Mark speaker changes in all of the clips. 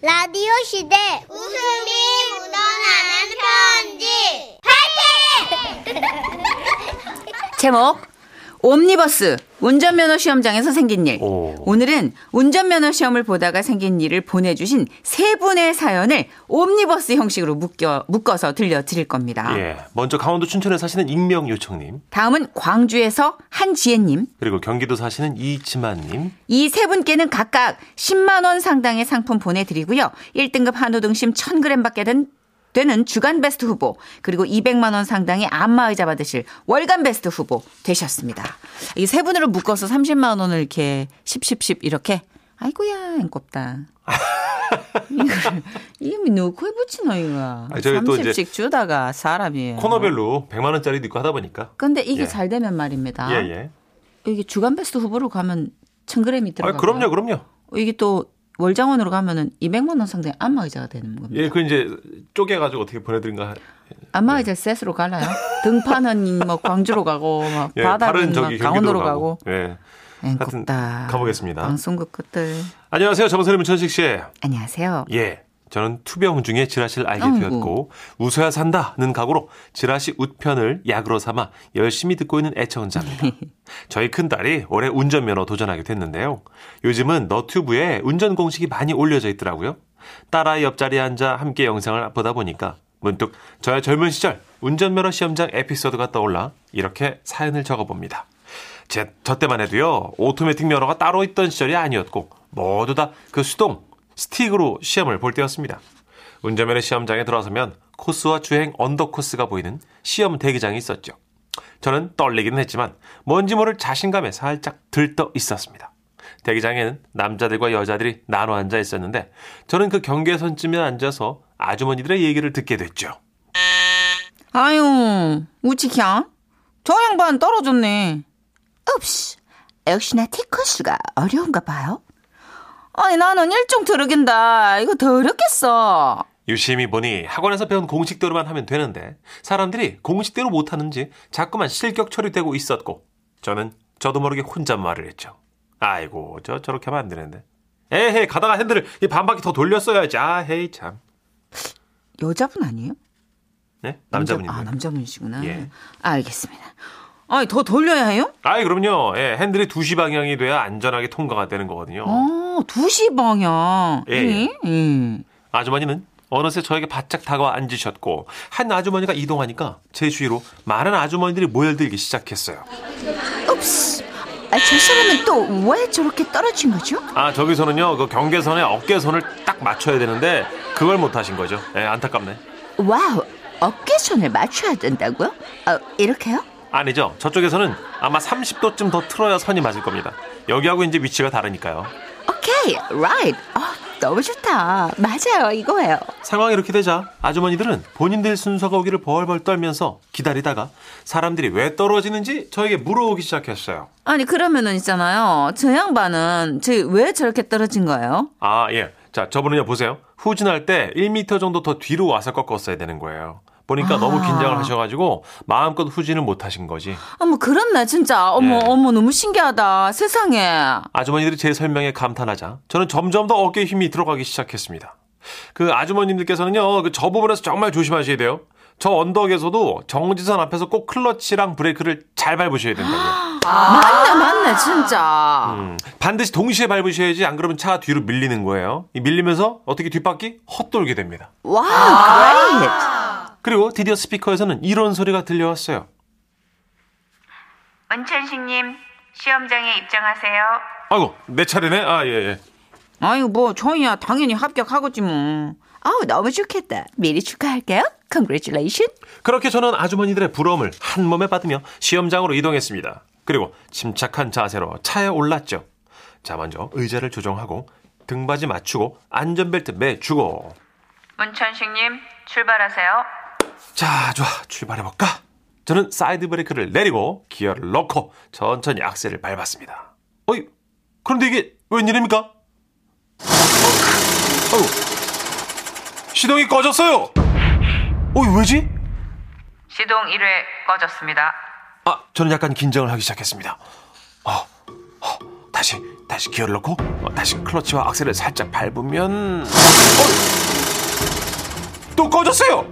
Speaker 1: 라디오 시대 웃음이 묻어나는 편지 파이팅!
Speaker 2: 제목 옴니버스 운전면허 시험장에서 생긴 일.
Speaker 3: 오.
Speaker 2: 늘은 운전면허 시험을 보다가 생긴 일을 보내주신 세 분의 사연을 옴니버스 형식으로 묶여, 묶어서 들려드릴 겁니다.
Speaker 3: 예. 먼저 강원도 춘천에 사시는 익명 요청님,
Speaker 2: 다음은 광주에서 한지혜님.
Speaker 3: 그리고 경기도 사시는 이지만님.
Speaker 2: 이 세 분께는 각각 10만 원 상당의 상품 보내드리고요. 1등급 한우 등심 1,000g 받게 된 되는 주간 베스트 후보 그리고 200만 원 상당의 안마의자 받으실 월간 베스트 후보 되셨습니다. 이 세 분으로 묶어서 30만 원을 이렇게 10, 10, 10 이렇게 아이고야 앵꼽다. 이걸 이미 누구에 붙이노 이거.
Speaker 3: 아니, 저기 또 이제
Speaker 2: 30씩 주다가 사람이
Speaker 3: 코너별로 100만원짜리도 있고 하다 보니까.
Speaker 2: 근데 이게
Speaker 3: 예.
Speaker 2: 잘 되면 말입니다.
Speaker 3: 예, 예.
Speaker 2: 이게 주간 베스트 후보로 가면 1,000g이
Speaker 3: 아,
Speaker 2: 들어가요.
Speaker 3: 그럼요, 그럼요.
Speaker 2: 이게 또 월장원으로 가면은 200만 원 상당의 안마의자가 되는 겁니다.
Speaker 3: 예, 그 이제 쪼개가지고 어떻게 보내드린가. 예.
Speaker 2: 안마의자 셋으로 갈라요. 등판은 뭐 광주로 가고 막
Speaker 3: 예,
Speaker 2: 바닥은 막 강원도로 가고.
Speaker 3: 예. 하여튼
Speaker 2: 앵겁다.
Speaker 3: 가보겠습니다.
Speaker 2: 방송국 끝들.
Speaker 3: 안녕하세요. 정선희 문천식 씨.
Speaker 2: 안녕하세요.
Speaker 3: 예. 저는 투병 중에 지라시를 알게
Speaker 2: 아이고.
Speaker 3: 되었고 웃어야 산다는 각오로 지라시 웃편을 약으로 삼아 열심히 듣고 있는
Speaker 2: 네.
Speaker 3: 애청자입니다. 저희 큰딸이 올해 운전면허 도전하게 됐는데요. 요즘은 너튜브에 운전 공식이 많이 올려져 있더라고요. 딸아이 옆자리에 앉아 함께 영상을 보다 보니까 문득 저의 젊은 시절 운전면허 시험장 에피소드가 떠올라 이렇게 사연을 적어봅니다. 제, 저 때만 해도요, 오토매틱 면허가 따로 있던 시절이 아니었고, 모두 다 그 수동, 스틱으로 시험을 볼 때였습니다. 운전면허 시험장에 들어서면 코스와 주행 언더코스가 보이는 시험 대기장이 있었죠. 저는 떨리기는 했지만 뭔지 모를 자신감에 살짝 들떠 있었습니다. 대기장에는 남자들과 여자들이 나눠 앉아 있었는데 저는 그 경계선쯤에 앉아서 아주머니들의 얘기를 듣게 됐죠. 예.
Speaker 2: 아유, 우치키야. 저 양반 떨어졌네. 읍시, 역시나 티커스가 어려운가 봐요. 아니, 나는 일종 들으긴다. 이거 더 어렵겠어.
Speaker 3: 유심히 보니 학원에서 배운 공식대로만 하면 되는데 사람들이 공식대로 못하는지 자꾸만 실격 처리되고 있었고 저는 저도 모르게 혼잣말을 했죠. 아이고 저 저렇게 하면 안 되는데. 에헤이 가다가 핸들을 이 반바퀴 더 돌렸어야지. 아헤이 참.
Speaker 2: 여자분 아니에요?
Speaker 3: 네? 남자분인데.
Speaker 2: 남자- 아, 남자분이시구나.
Speaker 3: 예.
Speaker 2: 알겠습니다. 아니, 더 돌려야 해요?
Speaker 3: 아이 그럼요. 예, 핸들이 2시 방향이 돼야 안전하게 통과가 되는 거거든요.
Speaker 2: 어, 2시 방향.
Speaker 3: 예,
Speaker 2: 예. 예.
Speaker 3: 아주머니는 어느새 저에게 바짝 다가와 앉으셨고 한 아주머니가 이동하니까 제 주위로 많은 아주머니들이 모여들기 시작했어요.
Speaker 2: 읍스. 아, 저 사람은 또 왜 저렇게 떨어진 거죠?
Speaker 3: 아 저기서는요 그 경계선에 어깨선을 딱 맞춰야 되는데 그걸 못 하신 거죠. 예, 안타깝네.
Speaker 2: 와우, 어깨선을 맞춰야 된다고요? 어, 이렇게요?
Speaker 3: 아니죠. 저쪽에서는 아마 30도쯤 더 틀어야 선이 맞을 겁니다. 여기하고 이제 위치가 다르니까요.
Speaker 2: 오케이, right. 아, 너무 좋다. 맞아요, 이거예요.
Speaker 3: 상황이 이렇게 되자 아주머니들은 본인들 순서가 오기를 벌벌 떨면서 기다리다가 사람들이 왜 떨어지는지 저에게 물어오기 시작했어요.
Speaker 2: 아니, 그러면은 있잖아요. 저 양반은 저 왜 저렇게 떨어진 거예요?
Speaker 3: 아, 예. 자, 저분은요, 보세요. 후진할 때 1m 정도 더 뒤로 와서 꺾었어야 되는 거예요. 보니까
Speaker 2: 아.
Speaker 3: 너무 긴장을 하셔가지고 마음껏 후진을 못 하신 거지.
Speaker 2: 어머, 그렇네, 진짜. 어머,
Speaker 3: 예.
Speaker 2: 어머, 너무 신기하다. 세상에.
Speaker 3: 아주머니들이 제 설명에 감탄하자 저는 점점 더 어깨에 힘이 들어가기 시작했습니다. 그 아주머님들께서는요, 그 저 부분에서 정말 조심하셔야 돼요. 저 언덕에서도 정지선 앞에서 꼭 클러치랑 브레이크를 잘 밟으셔야 된다고요.
Speaker 2: 맞네, 맞네, 진짜.
Speaker 3: 아. 음, 반드시 동시에 밟으셔야지 안 그러면 차 뒤로 밀리는 거예요. 이 밀리면서 어떻게 뒷바퀴 헛돌게 됩니다.
Speaker 2: 와우, 그레이트.
Speaker 3: 그리고 드디어 스피커에서는 이런 소리가 들려왔어요.
Speaker 4: 원천식님 시험장에 입장하세요.
Speaker 3: 아이고 내 차례네. 아 예 예.
Speaker 2: 아유, 뭐, 저희야 당연히 합격하겠지, 뭐. 아우, 너무 좋겠다. 미리 축하할게요. Congratulations.
Speaker 3: 그렇게 저는 아주머니들의 부러움을 한 몸에 받으며 시험장으로 이동했습니다. 그리고 침착한 자세로 차에 올랐죠. 자, 먼저 의자를 조정하고 등받이 맞추고 안전벨트 매주고
Speaker 4: 문천식님 출발하세요.
Speaker 3: 자, 좋아. 출발해볼까? 저는 사이드 브레이크를 내리고 기어를 넣고 천천히 악셀을 밟았습니다. 어이, 그런데 이게 웬일입니까? 어우, 시동이 꺼졌어요! 어이, 왜지?
Speaker 4: 시동 1회 꺼졌습니다.
Speaker 3: 아, 저는 약간 긴장을 하기 어, 시작했습니다. 아, 아, 다시 다시 기어를 넣고 어, 다시 클러치와 악셀을 살짝 밟으면 어! 또 꺼졌어요.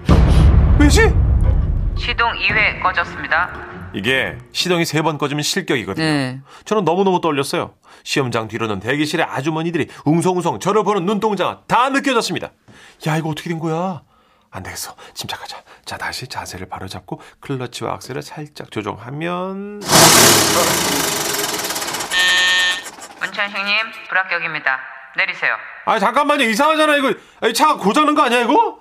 Speaker 3: 왜지?
Speaker 4: 시동 2회 꺼졌습니다.
Speaker 3: 이게 시동이 세 번 꺼지면 실격이거든요.
Speaker 2: 네.
Speaker 3: 저는 너무너무 떨렸어요. 시험장 뒤로는 대기실의 아주머니들이 웅성웅성 저를 보는 눈동자가 다 느껴졌습니다. 야, 이거 어떻게 된 거야? 안 되겠어. 침착하자. 자, 다시 자세를 바로 잡고 클러치와 악셀을 살짝 조정하면
Speaker 4: 문천식님 불합격입니다. 내리세요.
Speaker 3: 아, 잠깐만요. 이상하잖아, 이거. 아니, 차가 고장 난 거 아니야, 이거?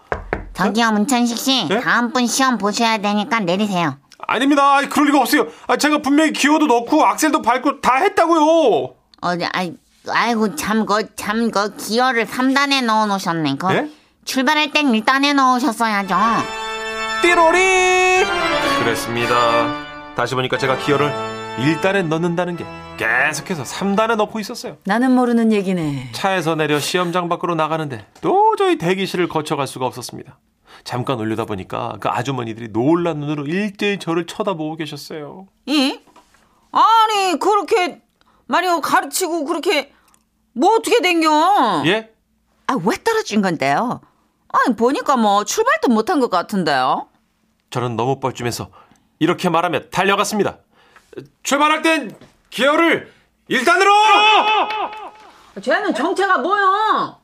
Speaker 5: 저기요 문천식 씨
Speaker 3: 네?
Speaker 5: 다음 분 시험 보셔야 되니까 내리세요.
Speaker 3: 아닙니다. 아이, 그럴 리가 없어요. 아, 제가 분명히 기어도 넣고 악셀도 밟고 다 했다고요.
Speaker 5: 어디 네, 아이 아이고 참그참그 기어를 3단에 넣어 놓으셨네. 그
Speaker 3: 네?
Speaker 5: 출발할 땐 1단에 넣으셨어야죠.
Speaker 3: 띠로리! 그랬습니다. 다시 보니까 제가 기어를 1단에 넣는다는 게 계속해서 3단에 넣고 있었어요.
Speaker 2: 나는 모르는 얘기네.
Speaker 3: 차에서 내려 시험장 밖으로 나가는데 도저히 대기실을 거쳐갈 수가 없었습니다. 잠깐 올려다 보니까 그 아주머니들이 놀란 눈으로 일제히 저를 쳐다보고 계셨어요.
Speaker 2: 이? 아니 그렇게 마리오 가르치고 그렇게 뭐 어떻게 된겨?
Speaker 3: 예?
Speaker 2: 아 왜 떨어진 건데요? 아니 보니까 뭐 출발도 못한 것 같은데요.
Speaker 3: 저는 너무 뻘쭘해서 이렇게 말하며 달려갔습니다. 출발할 땐 기어를 1단으로!
Speaker 2: 쟤는 정체가 뭐야?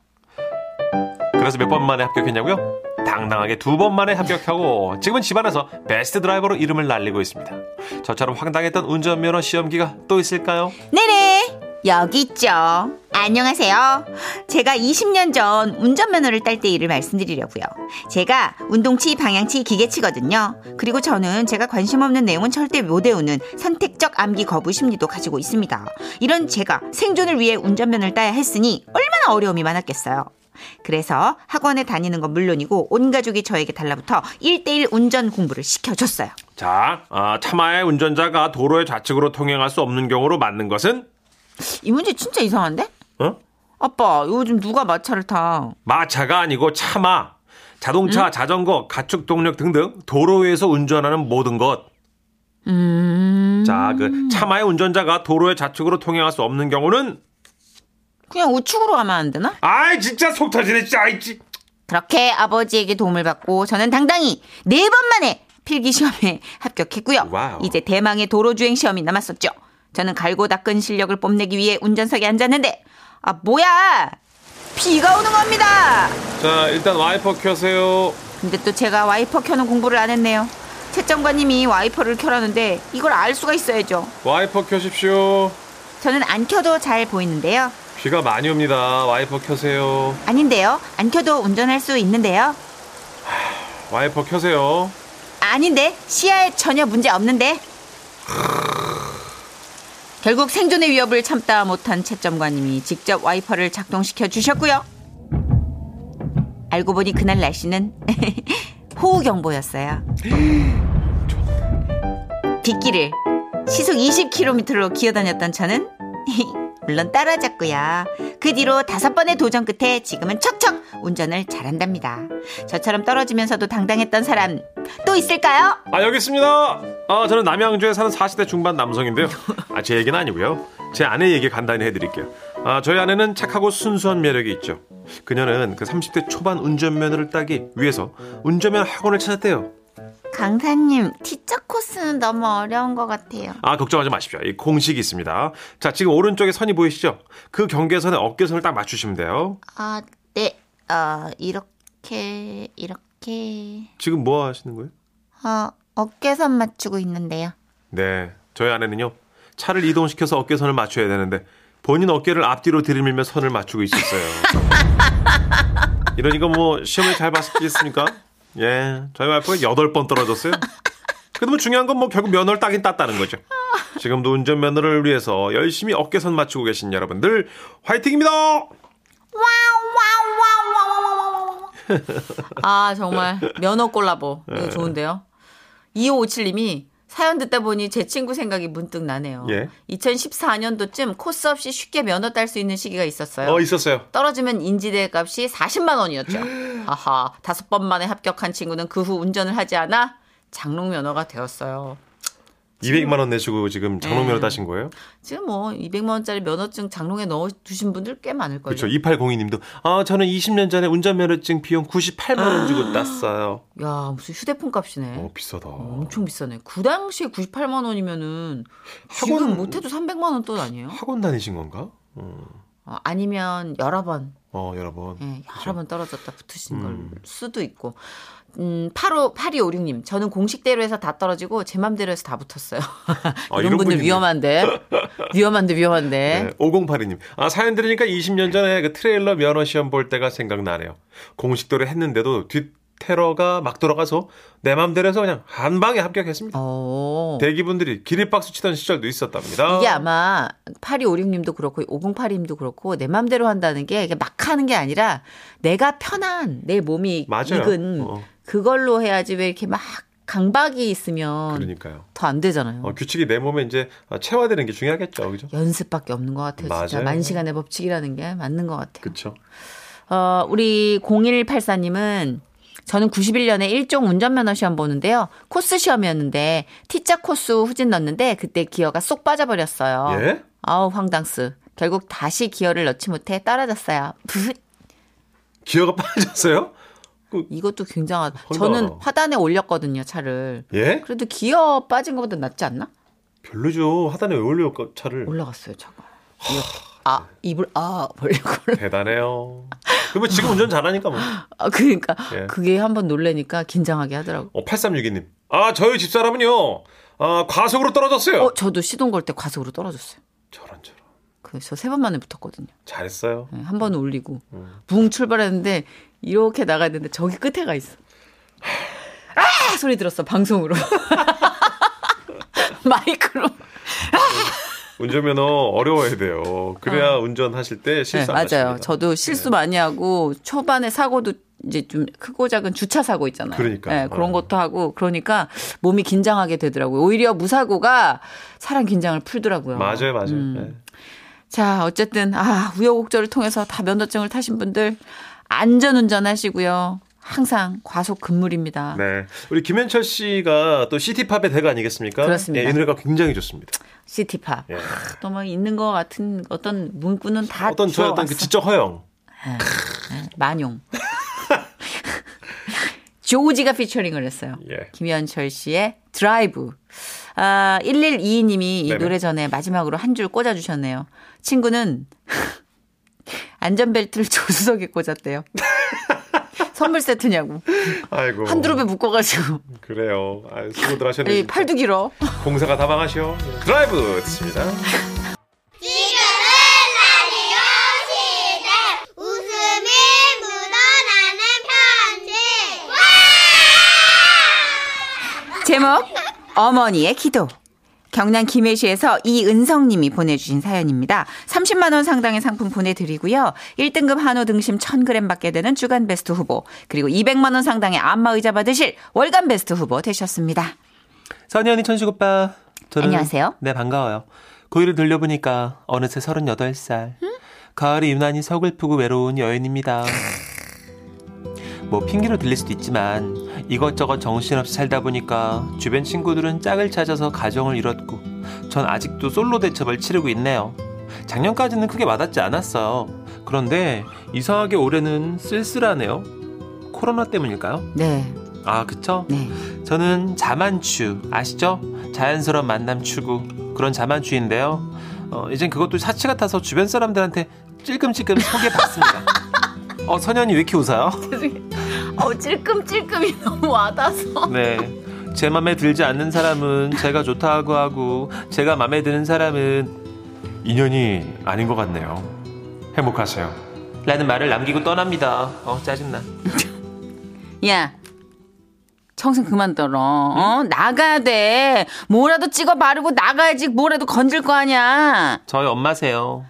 Speaker 3: 그래서 몇 번 만에 합격했냐고요? 당당하게 두 번 만에 합격하고 지금은 집안에서 베스트 드라이버로 이름을 날리고 있습니다. 저처럼 황당했던 운전면허 시험기가 또 있을까요?
Speaker 2: 네네 여기 있죠. 안녕하세요. 제가 20년 전 운전면허를 딸 때 일을 말씀드리려고요. 제가 운동치, 방향치, 기계치거든요. 그리고 저는 제가 관심 없는 내용은 절대 못 외우는 선택적 암기 거부 심리도 가지고 있습니다. 이런 제가 생존을 위해 운전면허를 따야 했으니 얼마나 어려움이 많았겠어요. 그래서 학원에 다니는 건 물론이고 온 가족이 저에게 달라붙어 1대1 운전 공부를 시켜줬어요.
Speaker 3: 자, 아, 차마의 운전자가 도로의 좌측으로 통행할 수 없는 경우로 맞는 것은
Speaker 2: 이 문제 진짜 이상한데?
Speaker 3: 어?
Speaker 2: 아빠, 요즘 누가 마차를 타?
Speaker 3: 마차가 아니고 차마 자동차, 자전거, 가축 동력 등등 도로 위에서 운전하는 모든 것. 자, 그 차마의 운전자가 도로의 좌측으로 통행할 수 없는 경우는
Speaker 2: 그냥 우측으로 가면 안 되나?
Speaker 3: 아이 진짜 속 터지네 진짜 아이 찌-
Speaker 2: 그렇게 아버지에게 도움을 받고 저는 당당히 네 번 만에 필기 시험에 합격했고요.
Speaker 3: 와우.
Speaker 2: 이제 대망의 도로 주행 시험이 남았었죠. 저는 갈고 닦은 실력을 뽐내기 위해 운전석에 앉았는데 아 뭐야 비가 오는 겁니다.
Speaker 3: 자, 일단 와이퍼 켜세요.
Speaker 2: 근데 또 제가 와이퍼 켜는 공부를 안 했네요. 채점관님이 와이퍼를 켜라는데 이걸 알 수가 있어야죠.
Speaker 3: 와이퍼 켜십시오.
Speaker 2: 저는 안 켜도 잘 보이는데요.
Speaker 3: 비가 많이 옵니다. 와이퍼 켜세요.
Speaker 2: 아닌데요. 안 켜도 운전할 수 있는데요.
Speaker 3: 와이퍼 켜세요.
Speaker 2: 아닌데 시야에 전혀 문제 없는데 결국 생존의 위협을 참다 못한 채점관님이 직접 와이퍼를 작동시켜 주셨고요 알고 보니 그날 날씨는 호우경보였어요 빗길을 시속 20km로 기어다녔던 저는 물론 따라잡고요 그 뒤로 다섯 번의 도전 끝에 지금은 척척 운전을 잘한답니다 저처럼 떨어지면서도 당당했던 사람 또 있을까요?
Speaker 3: 아, 여기 있습니다. 아, 저는 남양주에 사는 40대 중반 남성인데요. 아, 제 얘기는 아니고요. 제 아내 얘기 간단히 해드릴게요. 아, 저희 아내는 착하고 순수한 매력이 있죠. 그녀는 그 30대 초반 운전면허를 따기 위해서 운전면 학원을 찾았대요.
Speaker 5: 강사님 티적 코스는 너무 어려운 것 같아요.
Speaker 3: 아 걱정하지 마십시오. 이 공식이 있습니다. 자 지금 오른쪽에 선이 보이시죠? 그 경계선에 어깨선을 딱 맞추시면 돼요.
Speaker 5: 아 네.
Speaker 2: 어,
Speaker 5: 아 이렇게 이렇게
Speaker 3: 지금 뭐 하시는 거예요?
Speaker 5: 어 어깨선 맞추고 있는데요.
Speaker 3: 네, 저희 아내는요 차를 이동시켜서 어깨선을 맞춰야 되는데 본인 어깨를 앞뒤로 들이밀며 선을 맞추고 있었어요. 이러니까 뭐 시험을 잘 봤겠습니까? 예, 저희 와이프가 여덟 번 떨어졌어요. 그래도 뭐 중요한 건 뭐 결국 면허를 따긴 땄다는 거죠. 지금도 운전 면허를 위해서 열심히 어깨선 맞추고 계신 여러분들 화이팅입니다.
Speaker 2: 아 정말 면허 콜라보 이거 좋은데요. 2557님이 사연 듣다 보니 제 친구 생각이 문득 나네요.
Speaker 3: 예.
Speaker 2: 2014년도쯤 코스 없이 쉽게 면허 딸 수 있는 시기가 있었어요.
Speaker 3: 어 있었어요.
Speaker 2: 떨어지면 인지대 값이 40만 원이었죠. 하하 다섯 번 만에 합격한 친구는 그 후 운전을 하지 않아 장롱 면허가 되었어요.
Speaker 3: 200만 원 내시고 지금 장롱면허 따신 거예요?
Speaker 2: 지금 뭐 200만 원짜리 면허증 장롱에 넣어 두신 분들 꽤 많을 거예요.
Speaker 3: 그렇죠. 2802님도 아 저는 20년 전에 운전면허증 비용 98만 원 주고 땄어요.
Speaker 2: 야, 무슨 휴대폰 값이네.
Speaker 3: 어 비싸다.
Speaker 2: 엄청 비싸네. 그 당시에 98만 원이면은
Speaker 3: 학원-
Speaker 2: 지금 못해도 300만 원 돈 아니에요?
Speaker 3: 학원 다니신 건가? 음.
Speaker 2: 어, 아니면 여러 번,
Speaker 3: 어 여러분.
Speaker 2: 예, 여러
Speaker 3: 그렇죠.
Speaker 2: 번 떨어졌다 붙으신
Speaker 3: 음.
Speaker 2: 걸 수도 있고. 음, 85, 8256님, 저는 공식대로 해서 다 떨어지고 제 맘대로 해서 다 붙었어요. 이런,
Speaker 3: 아, 이런
Speaker 2: 분들
Speaker 3: 분이네.
Speaker 2: 위험한데. 위험한데, 위험한데.
Speaker 3: 네. 5082님. 아, 사연 들으니까 20년 전에 그 트레일러 면허 시험 볼 때가 생각나네요. 공식도를 했는데도 뒷 테러가 막 들어가서 내 맘대로 해서 그냥 한 방에 합격했습니다.
Speaker 2: 어.
Speaker 3: 네. 대기분들이 기립박수 치던 시절도 있었답니다.
Speaker 2: 이게 아마 8256님도 그렇고 5082님도 그렇고 내 맘대로 한다는 게 이게 막 하는 게 아니라 내가 편한 내 몸이
Speaker 3: 맞아요.
Speaker 2: 익은
Speaker 3: 어.
Speaker 2: 그걸로 해야지 왜 이렇게 막 강박이 있으면
Speaker 3: 그러니까요.
Speaker 2: 더 안 되잖아요.
Speaker 3: 어, 규칙이 내 몸에 이제 아, 체화되는 게 중요하겠죠. 그죠?
Speaker 2: 연습밖에 없는 것 같아요. 진짜
Speaker 3: 맞아요.
Speaker 2: 만시간의 법칙이라는 게 맞는 것 같아요.
Speaker 3: 그쵸.
Speaker 2: 어, 우리 0184님은 저는 91년에 일종 운전면허 시험 보는데요. 코스 시험이었는데 T자 코스 후진 넣었는데 그때 기어가 쏙 빠져버렸어요.
Speaker 3: 예?
Speaker 2: 아우 황당스. 결국 다시 기어를 넣지 못해 떨어졌어요. 부훗.
Speaker 3: 기어가 빠졌어요?
Speaker 2: 이것도 굉장하다.
Speaker 3: 황당하다.
Speaker 2: 저는 화단에 올렸거든요, 차를.
Speaker 3: 예?
Speaker 2: 그래도 기어 빠진 것보다 낫지 않나?
Speaker 3: 별로죠. 하단에 왜 올려, 그 차를.
Speaker 2: 올라갔어요, 차가. 이렇게. 아,
Speaker 3: 네.
Speaker 2: 입을 아 벌리고 올라-
Speaker 3: 대단해요. 그러면 지금 운전 잘하니까 뭐.
Speaker 2: 아, 그러니까
Speaker 3: 예.
Speaker 2: 그게 한번 놀래니까 긴장하게 하더라고.
Speaker 3: 어, 8362님. 아, 저희 집사람은요. 아, 과속으로 떨어졌어요.
Speaker 2: 어, 저도 시동 걸 때 과속으로 떨어졌어요.
Speaker 3: 저런 저런.
Speaker 2: 그래서 세 번 만에 붙었거든요.
Speaker 3: 잘했어요.
Speaker 2: 네, 한번 올리고
Speaker 3: 음.
Speaker 2: 붕 출발했는데 이렇게 나가야 되는데 저기 끝에 가 있어. 아 소리 들었어 방송으로 마이크로.
Speaker 3: 운전면허 어려워야 돼요. 그래야 운전하실 때
Speaker 2: 네,
Speaker 3: 실수 안
Speaker 2: 맞아요.
Speaker 3: 하십니다. 네.
Speaker 2: 저도 실수 많이 하고 초반에 사고도 이제 좀 크고 작은 주차 사고 있잖아요.
Speaker 3: 그러니까.
Speaker 2: 네, 그런
Speaker 3: 어.
Speaker 2: 것도 하고 그러니까 몸이 긴장하게 되더라고요. 오히려 무사고가 사람 긴장을 풀더라고요.
Speaker 3: 맞아요, 맞아요.
Speaker 2: 음.
Speaker 3: 네.
Speaker 2: 자, 어쨌든 아, 우여곡절을 통해서 다 면허증을 타신 분들 안전 운전하시고요. 항상 과속 금물입니다.
Speaker 3: 네. 우리 김현철 씨가 또 시티팝의 대가 아니겠습니까?
Speaker 2: 그렇습니다.
Speaker 3: 예, 이 노래가 굉장히 좋습니다.
Speaker 2: 시티팝.
Speaker 3: 예.
Speaker 2: 또 막 있는 것 같은 어떤 문구는 다
Speaker 3: 어떤 저의
Speaker 2: 주워왔어.
Speaker 3: 어떤 그 지적 허영.
Speaker 2: 만용. 조우지가 피처링을 했어요.
Speaker 3: 예.
Speaker 2: 김현철 씨의 드라이브. 아, 1122님이 이
Speaker 3: 네네.
Speaker 2: 노래 전에 마지막으로 한 줄 꽂아주셨네요. 친구는 안전벨트를 조수석에 꽂았대요. 선물 세트냐고.
Speaker 3: 아이고.
Speaker 2: 한두릅에 묶어가지고.
Speaker 3: 그래요. 아, 수고들 어. 하셨네요.
Speaker 2: 아니,
Speaker 3: 진짜.
Speaker 2: 팔도 길어.
Speaker 3: 공사가 다망하시오. 네. 드라이브 듣습니다.
Speaker 1: 지금은 라디오 시대 웃음이 묻어나는 편지
Speaker 2: 제목 어머니의 기도 경남 김해시에서 이은성님이 보내주신 사연입니다. 30만 원 상당의 상품 보내드리고요. 1등급 한우 등심 1,000g 받게 되는 주간 베스트 후보 그리고 200만 원 상당의 안마 의자 받으실 월간 베스트 후보 되셨습니다.
Speaker 3: 선희 언니 천식 오빠. 저는
Speaker 2: 안녕하세요.
Speaker 3: 네 반가워요. 고일을 돌려보니까 어느새 38살. 가을이 유난히 서글프고 외로운 여인입니다. 뭐 핑계로 들릴 수도 있지만 이것저것 정신없이 살다 보니까 주변 친구들은 짝을 찾아서 가정을 이뤘고 전 아직도 솔로 대첩을 치르고 있네요. 작년까지는 크게 와닿지 않았어요. 그런데 이상하게 올해는 쓸쓸하네요. 코로나 때문일까요?
Speaker 2: 네,
Speaker 3: 아 그쵸?
Speaker 2: 네.
Speaker 3: 저는 자만추 아시죠? 자연스러운 만남 추구 그런 자만추인데요. 어, 이젠 그것도 사치 같아서 주변 사람들한테 찔끔찔끔 소개받습니다. 어 선현이 왜 이렇게 웃어요?
Speaker 2: 어 찔끔찔끔이 너무 와닿아서.
Speaker 3: 네. 제 맘에 들지 않는 사람은 제가 좋다고 하고 제가 맘에 드는 사람은 인연이 아닌 것 같네요. 행복하세요. 라는 말을 남기고 떠납니다. 어 짜증나.
Speaker 2: 야. 청승 그만 떨어. 어? 나가야 돼. 뭐라도 찍어 바르고 나가야지 뭐라도 건질 거 아니야.
Speaker 3: 저희 엄마세요.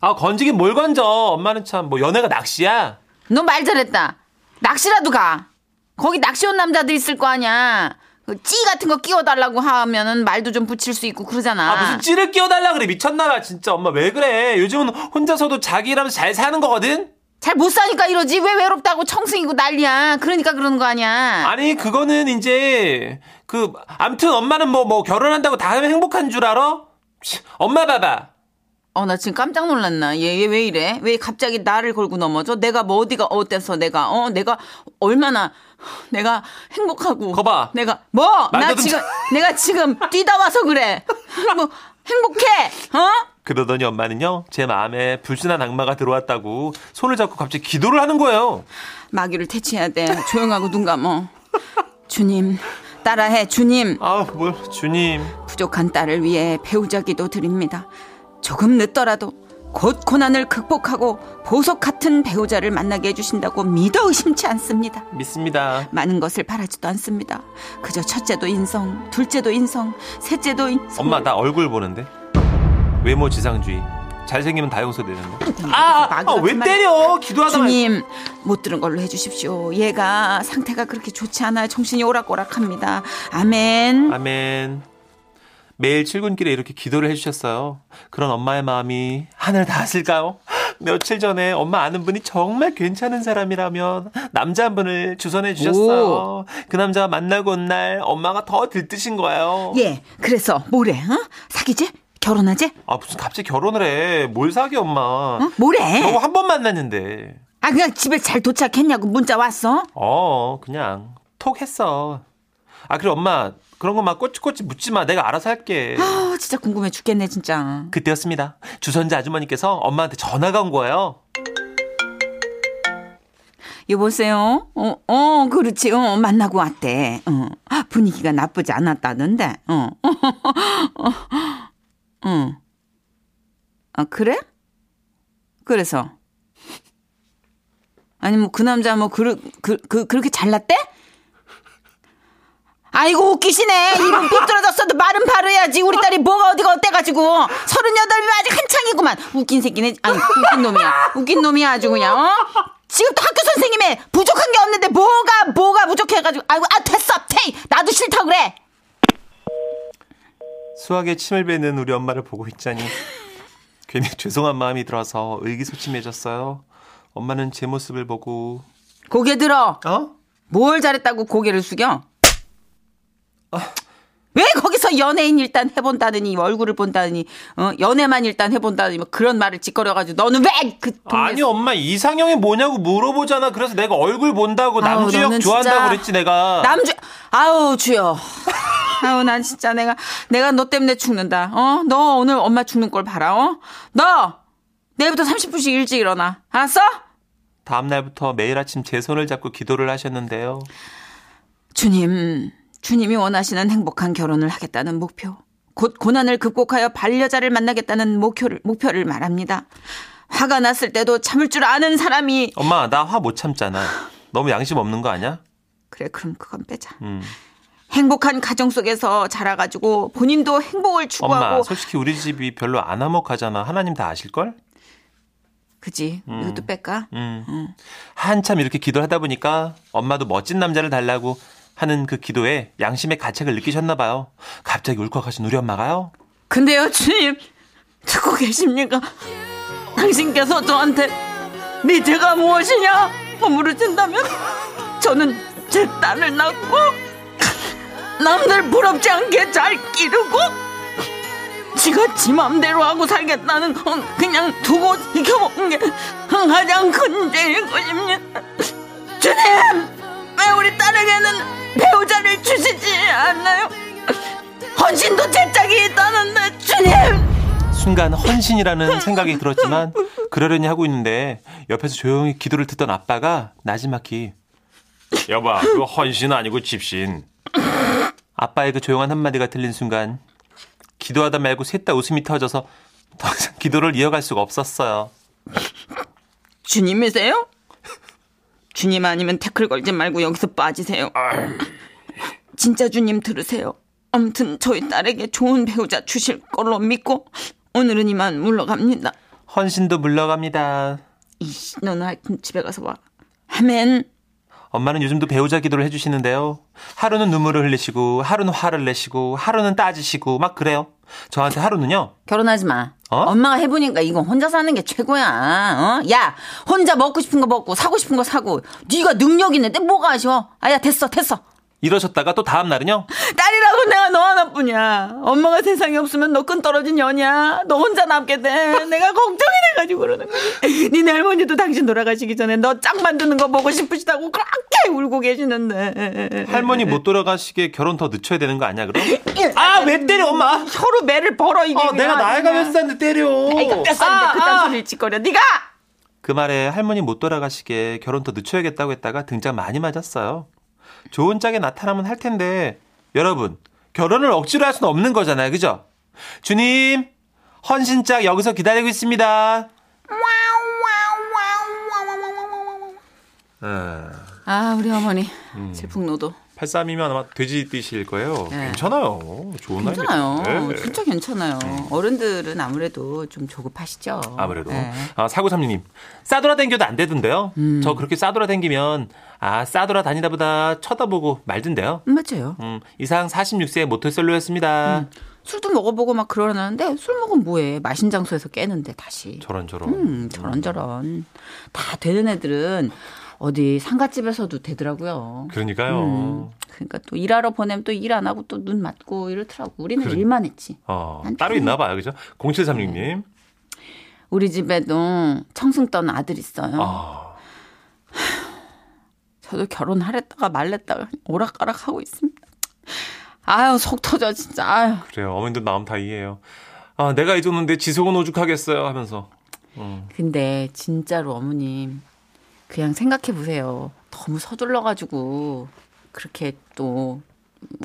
Speaker 3: 아 건지긴 뭘 건져. 엄마는 참 뭐 연애가 낚시야.
Speaker 2: 너 말 잘했다. 낚시라도 가. 거기 낚시 온 남자들 있을 거 아니야. 그찌 같은 거 끼워달라고 하면은 말도 좀 붙일 수 있고 그러잖아.
Speaker 3: 아 무슨 찌를 끼워달라 그래 미쳤나봐 진짜 엄마 왜 그래 요즘은 혼자서도 자기 일하면서 잘 사는 거거든
Speaker 2: 잘 못 사니까 이러지. 왜 외롭다고 청승이고 난리야. 그러니까 그러는 거 아니야.
Speaker 6: 아니 그거는 이제 그 암튼 엄마는 뭐 뭐 결혼한다고 다 행복한 줄 알아? 치, 엄마 봐봐.
Speaker 2: 어, 나 지금 깜짝 놀랐나. 얘, 얘 왜 이래? 왜 갑자기 나를 걸고 넘어져? 내가 뭐 어디가 어때서 내가, 어, 내가 얼마나, 내가 행복하고.
Speaker 6: 거봐.
Speaker 2: 내가, 뭐! 나
Speaker 6: 말도 좀
Speaker 2: 지금, 내가 지금 뛰다 와서 그래. 뭐, 행복해! 어?
Speaker 6: 그러더니 엄마는요 제 마음에 불순한 악마가 들어왔다고 손을 잡고 갑자기 기도를 하는 거예요.
Speaker 2: 마귀를 퇴치해야 돼. 조용하고 눈 감어. 주님, 따라해. 주님,
Speaker 6: 아뭘 뭐, 주님.
Speaker 2: 부족한 딸을 위해 배우자 기도 드립니다. 조금 늦더라도 곧 고난을 극복하고 보석 같은 배우자를 만나게 해주신다고 믿어 의심치 않습니다.
Speaker 6: 믿습니다.
Speaker 2: 많은 것을 바라지도 않습니다. 그저 첫째도 인성, 둘째도 인성, 셋째도 인성.
Speaker 6: 엄마 나 얼굴 보는데 외모 지상주의. 잘생기면 다 용서되는데.
Speaker 2: 마귀
Speaker 6: 아왜
Speaker 2: 같은 말-
Speaker 6: 때려? 기도하다 말.
Speaker 2: 주님 못 들은 걸로 해주십시오. 얘가 상태가 그렇게 좋지 않아요. 정신이 오락오락합니다. 아멘.
Speaker 6: 아멘. 매일 출근길에 이렇게 기도를 해주셨어요. 그런 엄마의 마음이 하늘 닿았을까요? 며칠 전에 엄마 아는 분이 정말 괜찮은 사람이라면 남자 한 분을 주선해 주셨어요. 그 남자 만나고 온 날 엄마가 더 들뜨신 거예요.
Speaker 2: 예, 그래서 뭐래? 어? 사귀지? 결혼하지?
Speaker 6: 아 무슨 갑자기 결혼을 해? 뭘 사귀어 엄마?
Speaker 2: 어? 뭐래?
Speaker 6: 겨우 한 번 만났는데.
Speaker 2: 아 그냥 집에 잘 도착했냐고 문자 왔어?
Speaker 6: 어 그냥 톡 했어. 아 그래 엄마 그런 거 막 꼬치꼬치 묻지 마. 내가 알아서 할게.
Speaker 2: 아 진짜 궁금해 죽겠네 진짜.
Speaker 6: 그때였습니다. 주선자 아주머니께서 엄마한테 전화가 온 거예요.
Speaker 2: 여보세요? 어, 어, 그렇지. 어, 만나고 왔대. 어. 분위기가 나쁘지 않았다는데. 어. 어. 어. 아, 그래? 그래서. 아니, 뭐, 그 남자 뭐, 그, 그, 그, 그렇게 잘났대? 아이고, 웃기시네. 이름 삐뚤어졌어도 말은 바로 해야지. 우리 딸이 뭐가 어디가 어때가지고. 서른여덟이면 아직 한창이구만. 웃긴 새끼네. 아니, 웃긴 놈이야. 웃긴 놈이야, 아주 그냥, 어? 지금도 학교 선생님이 부족한 게 없는데 뭐가, 뭐가 부족해가지고. 아이고, 아, 됐어. 테이! 나도 싫다 그래.
Speaker 6: 수학에 침을 뱉는 우리 엄마를 보고 있자니 괜히 죄송한 마음이 들어서 의기소침해졌어요. 엄마는 제 모습을 보고
Speaker 2: 고개 들어.
Speaker 6: 어?
Speaker 2: 뭘 잘했다고 고개를 숙여? 왜 거기서 연예인 일단 해본다느니 얼굴을 본다느니 어, 연애만 일단 해본다느니 뭐 그런 말을 짓거려가지고 너는 왜 그
Speaker 6: 아니 엄마 이상형이 뭐냐고 물어보잖아. 그래서 내가 얼굴 본다고
Speaker 2: 아우,
Speaker 6: 남주혁
Speaker 2: 너는
Speaker 6: 좋아한다고
Speaker 2: 진짜
Speaker 6: 그랬지 내가.
Speaker 2: 남주 아우 주여 아우 난 진짜 내가 내가 너 때문에 죽는다 어너 오늘 엄마 죽는 걸 봐라 어너 내일부터 30분씩 일찍 일어나 알았어
Speaker 6: 다음 날부터 매일 아침 제 손을 잡고 기도를 하셨는데요.
Speaker 2: 주님 주님이 원하시는 행복한 결혼을 하겠다는 목표 곧 고난을 극복하여 반려자를 만나겠다는 목표를 목표를 말합니다 화가 났을 때도 참을 줄 아는 사람이
Speaker 6: 엄마 나 화 못 참잖아. 너무 양심 없는 거 아니야?
Speaker 2: 그래 그럼 그건 빼자
Speaker 6: 음.
Speaker 2: 행복한 가정 속에서 자라가지고 본인도 행복을 추구하고
Speaker 6: 엄마 솔직히 우리 집이 별로 안 화목하잖아. 하나님 다 아실 걸?
Speaker 2: 그지 이것도 뺄까
Speaker 6: 음. 한참 이렇게 기도하다 보니까 엄마도 멋진 남자를 달라고 하는 그 기도에 양심의 가책을 느끼셨나 봐요. 갑자기 울컥하신 우리 엄마가요.
Speaker 2: 근데요 주님 듣고 계십니까? 당신께서 저한테 네 죄가 무엇이냐 물으신다면 저는 제 딸을 낳고 남들 부럽지 않게 잘 기르고 지가 지 맘대로 하고 살겠다는 건 그냥 두고 지켜보는 게 가장 큰 죄인 것입니다 주님 왜 우리 딸에게는 배우자를 주시지 않나요? 헌신도 제짝이 있다는데 주님
Speaker 6: 순간 헌신이라는 생각이 들었지만 그러려니 하고 있는데 옆에서 조용히 기도를 듣던 아빠가 나지막히 여봐 그거 헌신 아니고 집신 아빠의 그 조용한 한마디가 들린 순간 기도하다 말고 셋 다 웃음이 터져서 더 이상 기도를 이어갈 수가 없었어요
Speaker 2: 주님이세요? 주님 아니면 태클 걸지 말고 여기서 빠지세요 진짜 주님 들으세요 아무튼 저희 딸에게 좋은 배우자 주실 걸로 믿고 오늘은 이만 물러갑니다
Speaker 6: 헌신도 물러갑니다
Speaker 2: 이씨 너는 하여튼 집에 가서 와 아멘
Speaker 6: 엄마는 요즘도 배우자 기도를 해주시는데요. 하루는 눈물을 흘리시고, 하루는 화를 내시고, 하루는 따지시고, 막 그래요. 저한테 하루는요,
Speaker 2: 결혼하지 마 엄마가 해보니까 이건 혼자 사는 게 최고야. 어? 야, 혼자 먹고 싶은 거 먹고 사고 싶은 거 사고. 네가 능력 있는데 뭐가 아쉬워? 아야 됐어, 됐어.
Speaker 3: 이러셨다가 또 다음 날은요?
Speaker 2: 딸이라고 내가 너 하나뿐이야. 엄마가 세상에 없으면 너 끈 떨어진 연이야. 너 혼자 남게 돼. 내가 걱정이 돼가지고 그러는 거지. 니네 할머니도 당신 돌아가시기 전에 너 짝 만드는 거 보고 싶으시다고 그렇게 울고 계시는데.
Speaker 3: 할머니 못 돌아가시게 결혼 더 늦춰야 되는 거 아니야 그럼?
Speaker 2: 아, 왜 때려, 엄마? 혀로 매를 벌어, 이게.
Speaker 3: 어 내가 아, 나이가 몇 살인데 때려.
Speaker 2: 몇 살인데 그딴 소리를 짓거려. 네가
Speaker 3: 그 말에 할머니 못 돌아가시게 결혼 더 늦춰야겠다고 했다가 등짝 많이 맞았어요. 좋은 짝에 나타나면 할 텐데 여러분 결혼을 억지로 할 수는 없는 거잖아요, 그죠? 주님 헌신짝 여기서 기다리고 있습니다.
Speaker 2: 아, 우리 어머니.
Speaker 3: 음.
Speaker 2: 질풍노도.
Speaker 3: 83이면 아마 돼지 뛰실 거예요.
Speaker 2: 네.
Speaker 3: 괜찮아요. 좋은 네.
Speaker 2: 괜찮아요.
Speaker 3: 날이에요.
Speaker 2: 진짜 괜찮아요. 어른들은 아무래도 좀 조급하시죠.
Speaker 3: 음. 아무래도.
Speaker 2: 네.
Speaker 3: 아, 사구삼육님. 싸돌아 댕겨도 안 되던데요? 저 그렇게 싸돌아 댕기면, 아, 싸돌아 다니다 보다 쳐다보고 말던데요?
Speaker 2: 맞아요.
Speaker 3: 음, 이상 46세 모태솔로였습니다.
Speaker 2: 술도 먹어보고 막 그러는데 술 먹으면 뭐해 마신 장소에서 깨는데 다시
Speaker 3: 저런 저런.
Speaker 2: 음 저런저런 다 되는 애들은 어디 상가집에서도 되더라고요
Speaker 3: 그러니까요.
Speaker 2: 음, 그러니까 또 일하러 보내면 또 일 안 하고 또 눈 맞고 이렇더라고 우리는
Speaker 3: 그러니-
Speaker 2: 일만 했지
Speaker 3: 어,
Speaker 2: 난
Speaker 3: 따로
Speaker 2: 참- 네.
Speaker 3: 있나 봐요. 그죠? 0736님.
Speaker 2: 우리 집에도 청승 떠는 아들 있어요
Speaker 3: 아,
Speaker 2: 저도 결혼하랬다가 말랬다가 오락가락 하고 있습니다 아유 속 터져 진짜 아유
Speaker 3: 그래요. 어머님들 마음 다 이해해요. 아, 내가 잊었는데 지속은 오죽하겠어요 하면서.
Speaker 2: 근데 진짜로 어머님 그냥 생각해 보세요. 너무 서둘러 가지고 그렇게 또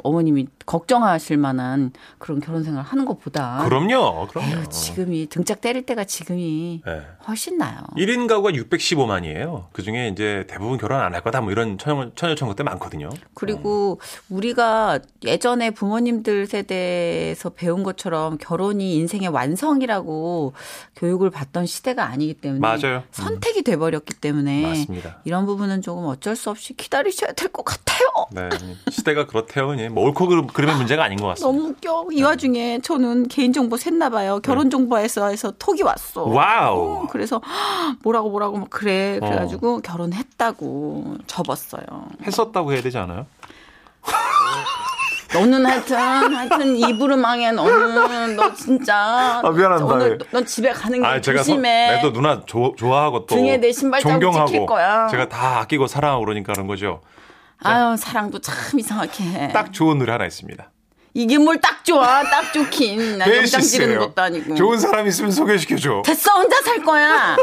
Speaker 2: 어머님이 걱정하실 만한 그런 결혼 생활 하는 것보다
Speaker 3: 그럼요. 그럼요.
Speaker 2: 에휴, 지금이 등짝 때릴 때가 지금이
Speaker 3: 예.
Speaker 2: 훨씬 나요.
Speaker 3: 1인 가구가 615만이에요. 그 중에 이제 대부분 결혼 안 할 거다 뭐 이런 처녀, 처녀 청구 때 많거든요.
Speaker 2: 그리고 우리가 예전에 부모님들 세대에서 배운 것처럼 결혼이 인생의 완성이라고 교육을 받던 시대가 아니기 때문에
Speaker 3: 맞아요.
Speaker 2: 선택이 돼 버렸기 때문에
Speaker 3: 맞습니다.
Speaker 2: 이런 부분은 조금 어쩔 수 없이 기다리셔야 될 것 같아요.
Speaker 3: 네. 시대가 그렇대요. 예. 뭐 옳고 그름- 그름의 문제가 아닌 것 같습니다.
Speaker 2: 너무 웃겨.
Speaker 3: 네.
Speaker 2: 이 와중에 저는 개인정보 샜나 봐요. 결혼정보에서 해서 톡이 왔어.
Speaker 3: 와우. 어.
Speaker 2: 어, 그래서 뭐라고 뭐라고 막 그래. 그래가지고 결혼했다고 접었어요.
Speaker 3: 했었다고 해야 되지 않아요?
Speaker 2: 너는 하여튼 하여튼 입으로 망해. 너는 너 진짜.
Speaker 3: 아, 미안합니다.
Speaker 2: 오늘
Speaker 3: 예.
Speaker 2: 너, 넌 집에 가는 게
Speaker 3: 아, 제가 선-
Speaker 2: 음, 조심해.
Speaker 3: 네, 또 누나 조- 좋아하고 또
Speaker 2: 등에 내 신발 자국 찍힐
Speaker 3: 존경하고
Speaker 2: 거야.
Speaker 3: 제가 다 아끼고 사랑하고 그러니까 그런 거죠.
Speaker 2: 아유 사랑도 참 이상하게 해.
Speaker 3: 딱 좋은 노래 하나 있습니다.
Speaker 2: 이게 뭘 딱 좋아. 딱
Speaker 3: 네,
Speaker 2: 좋긴. 나 영장 지르는
Speaker 3: 베이시스예요.
Speaker 2: 것도 아니고.
Speaker 3: 좋은 사람 있으면 소개시켜줘.
Speaker 2: 됐어 혼자 살 거야.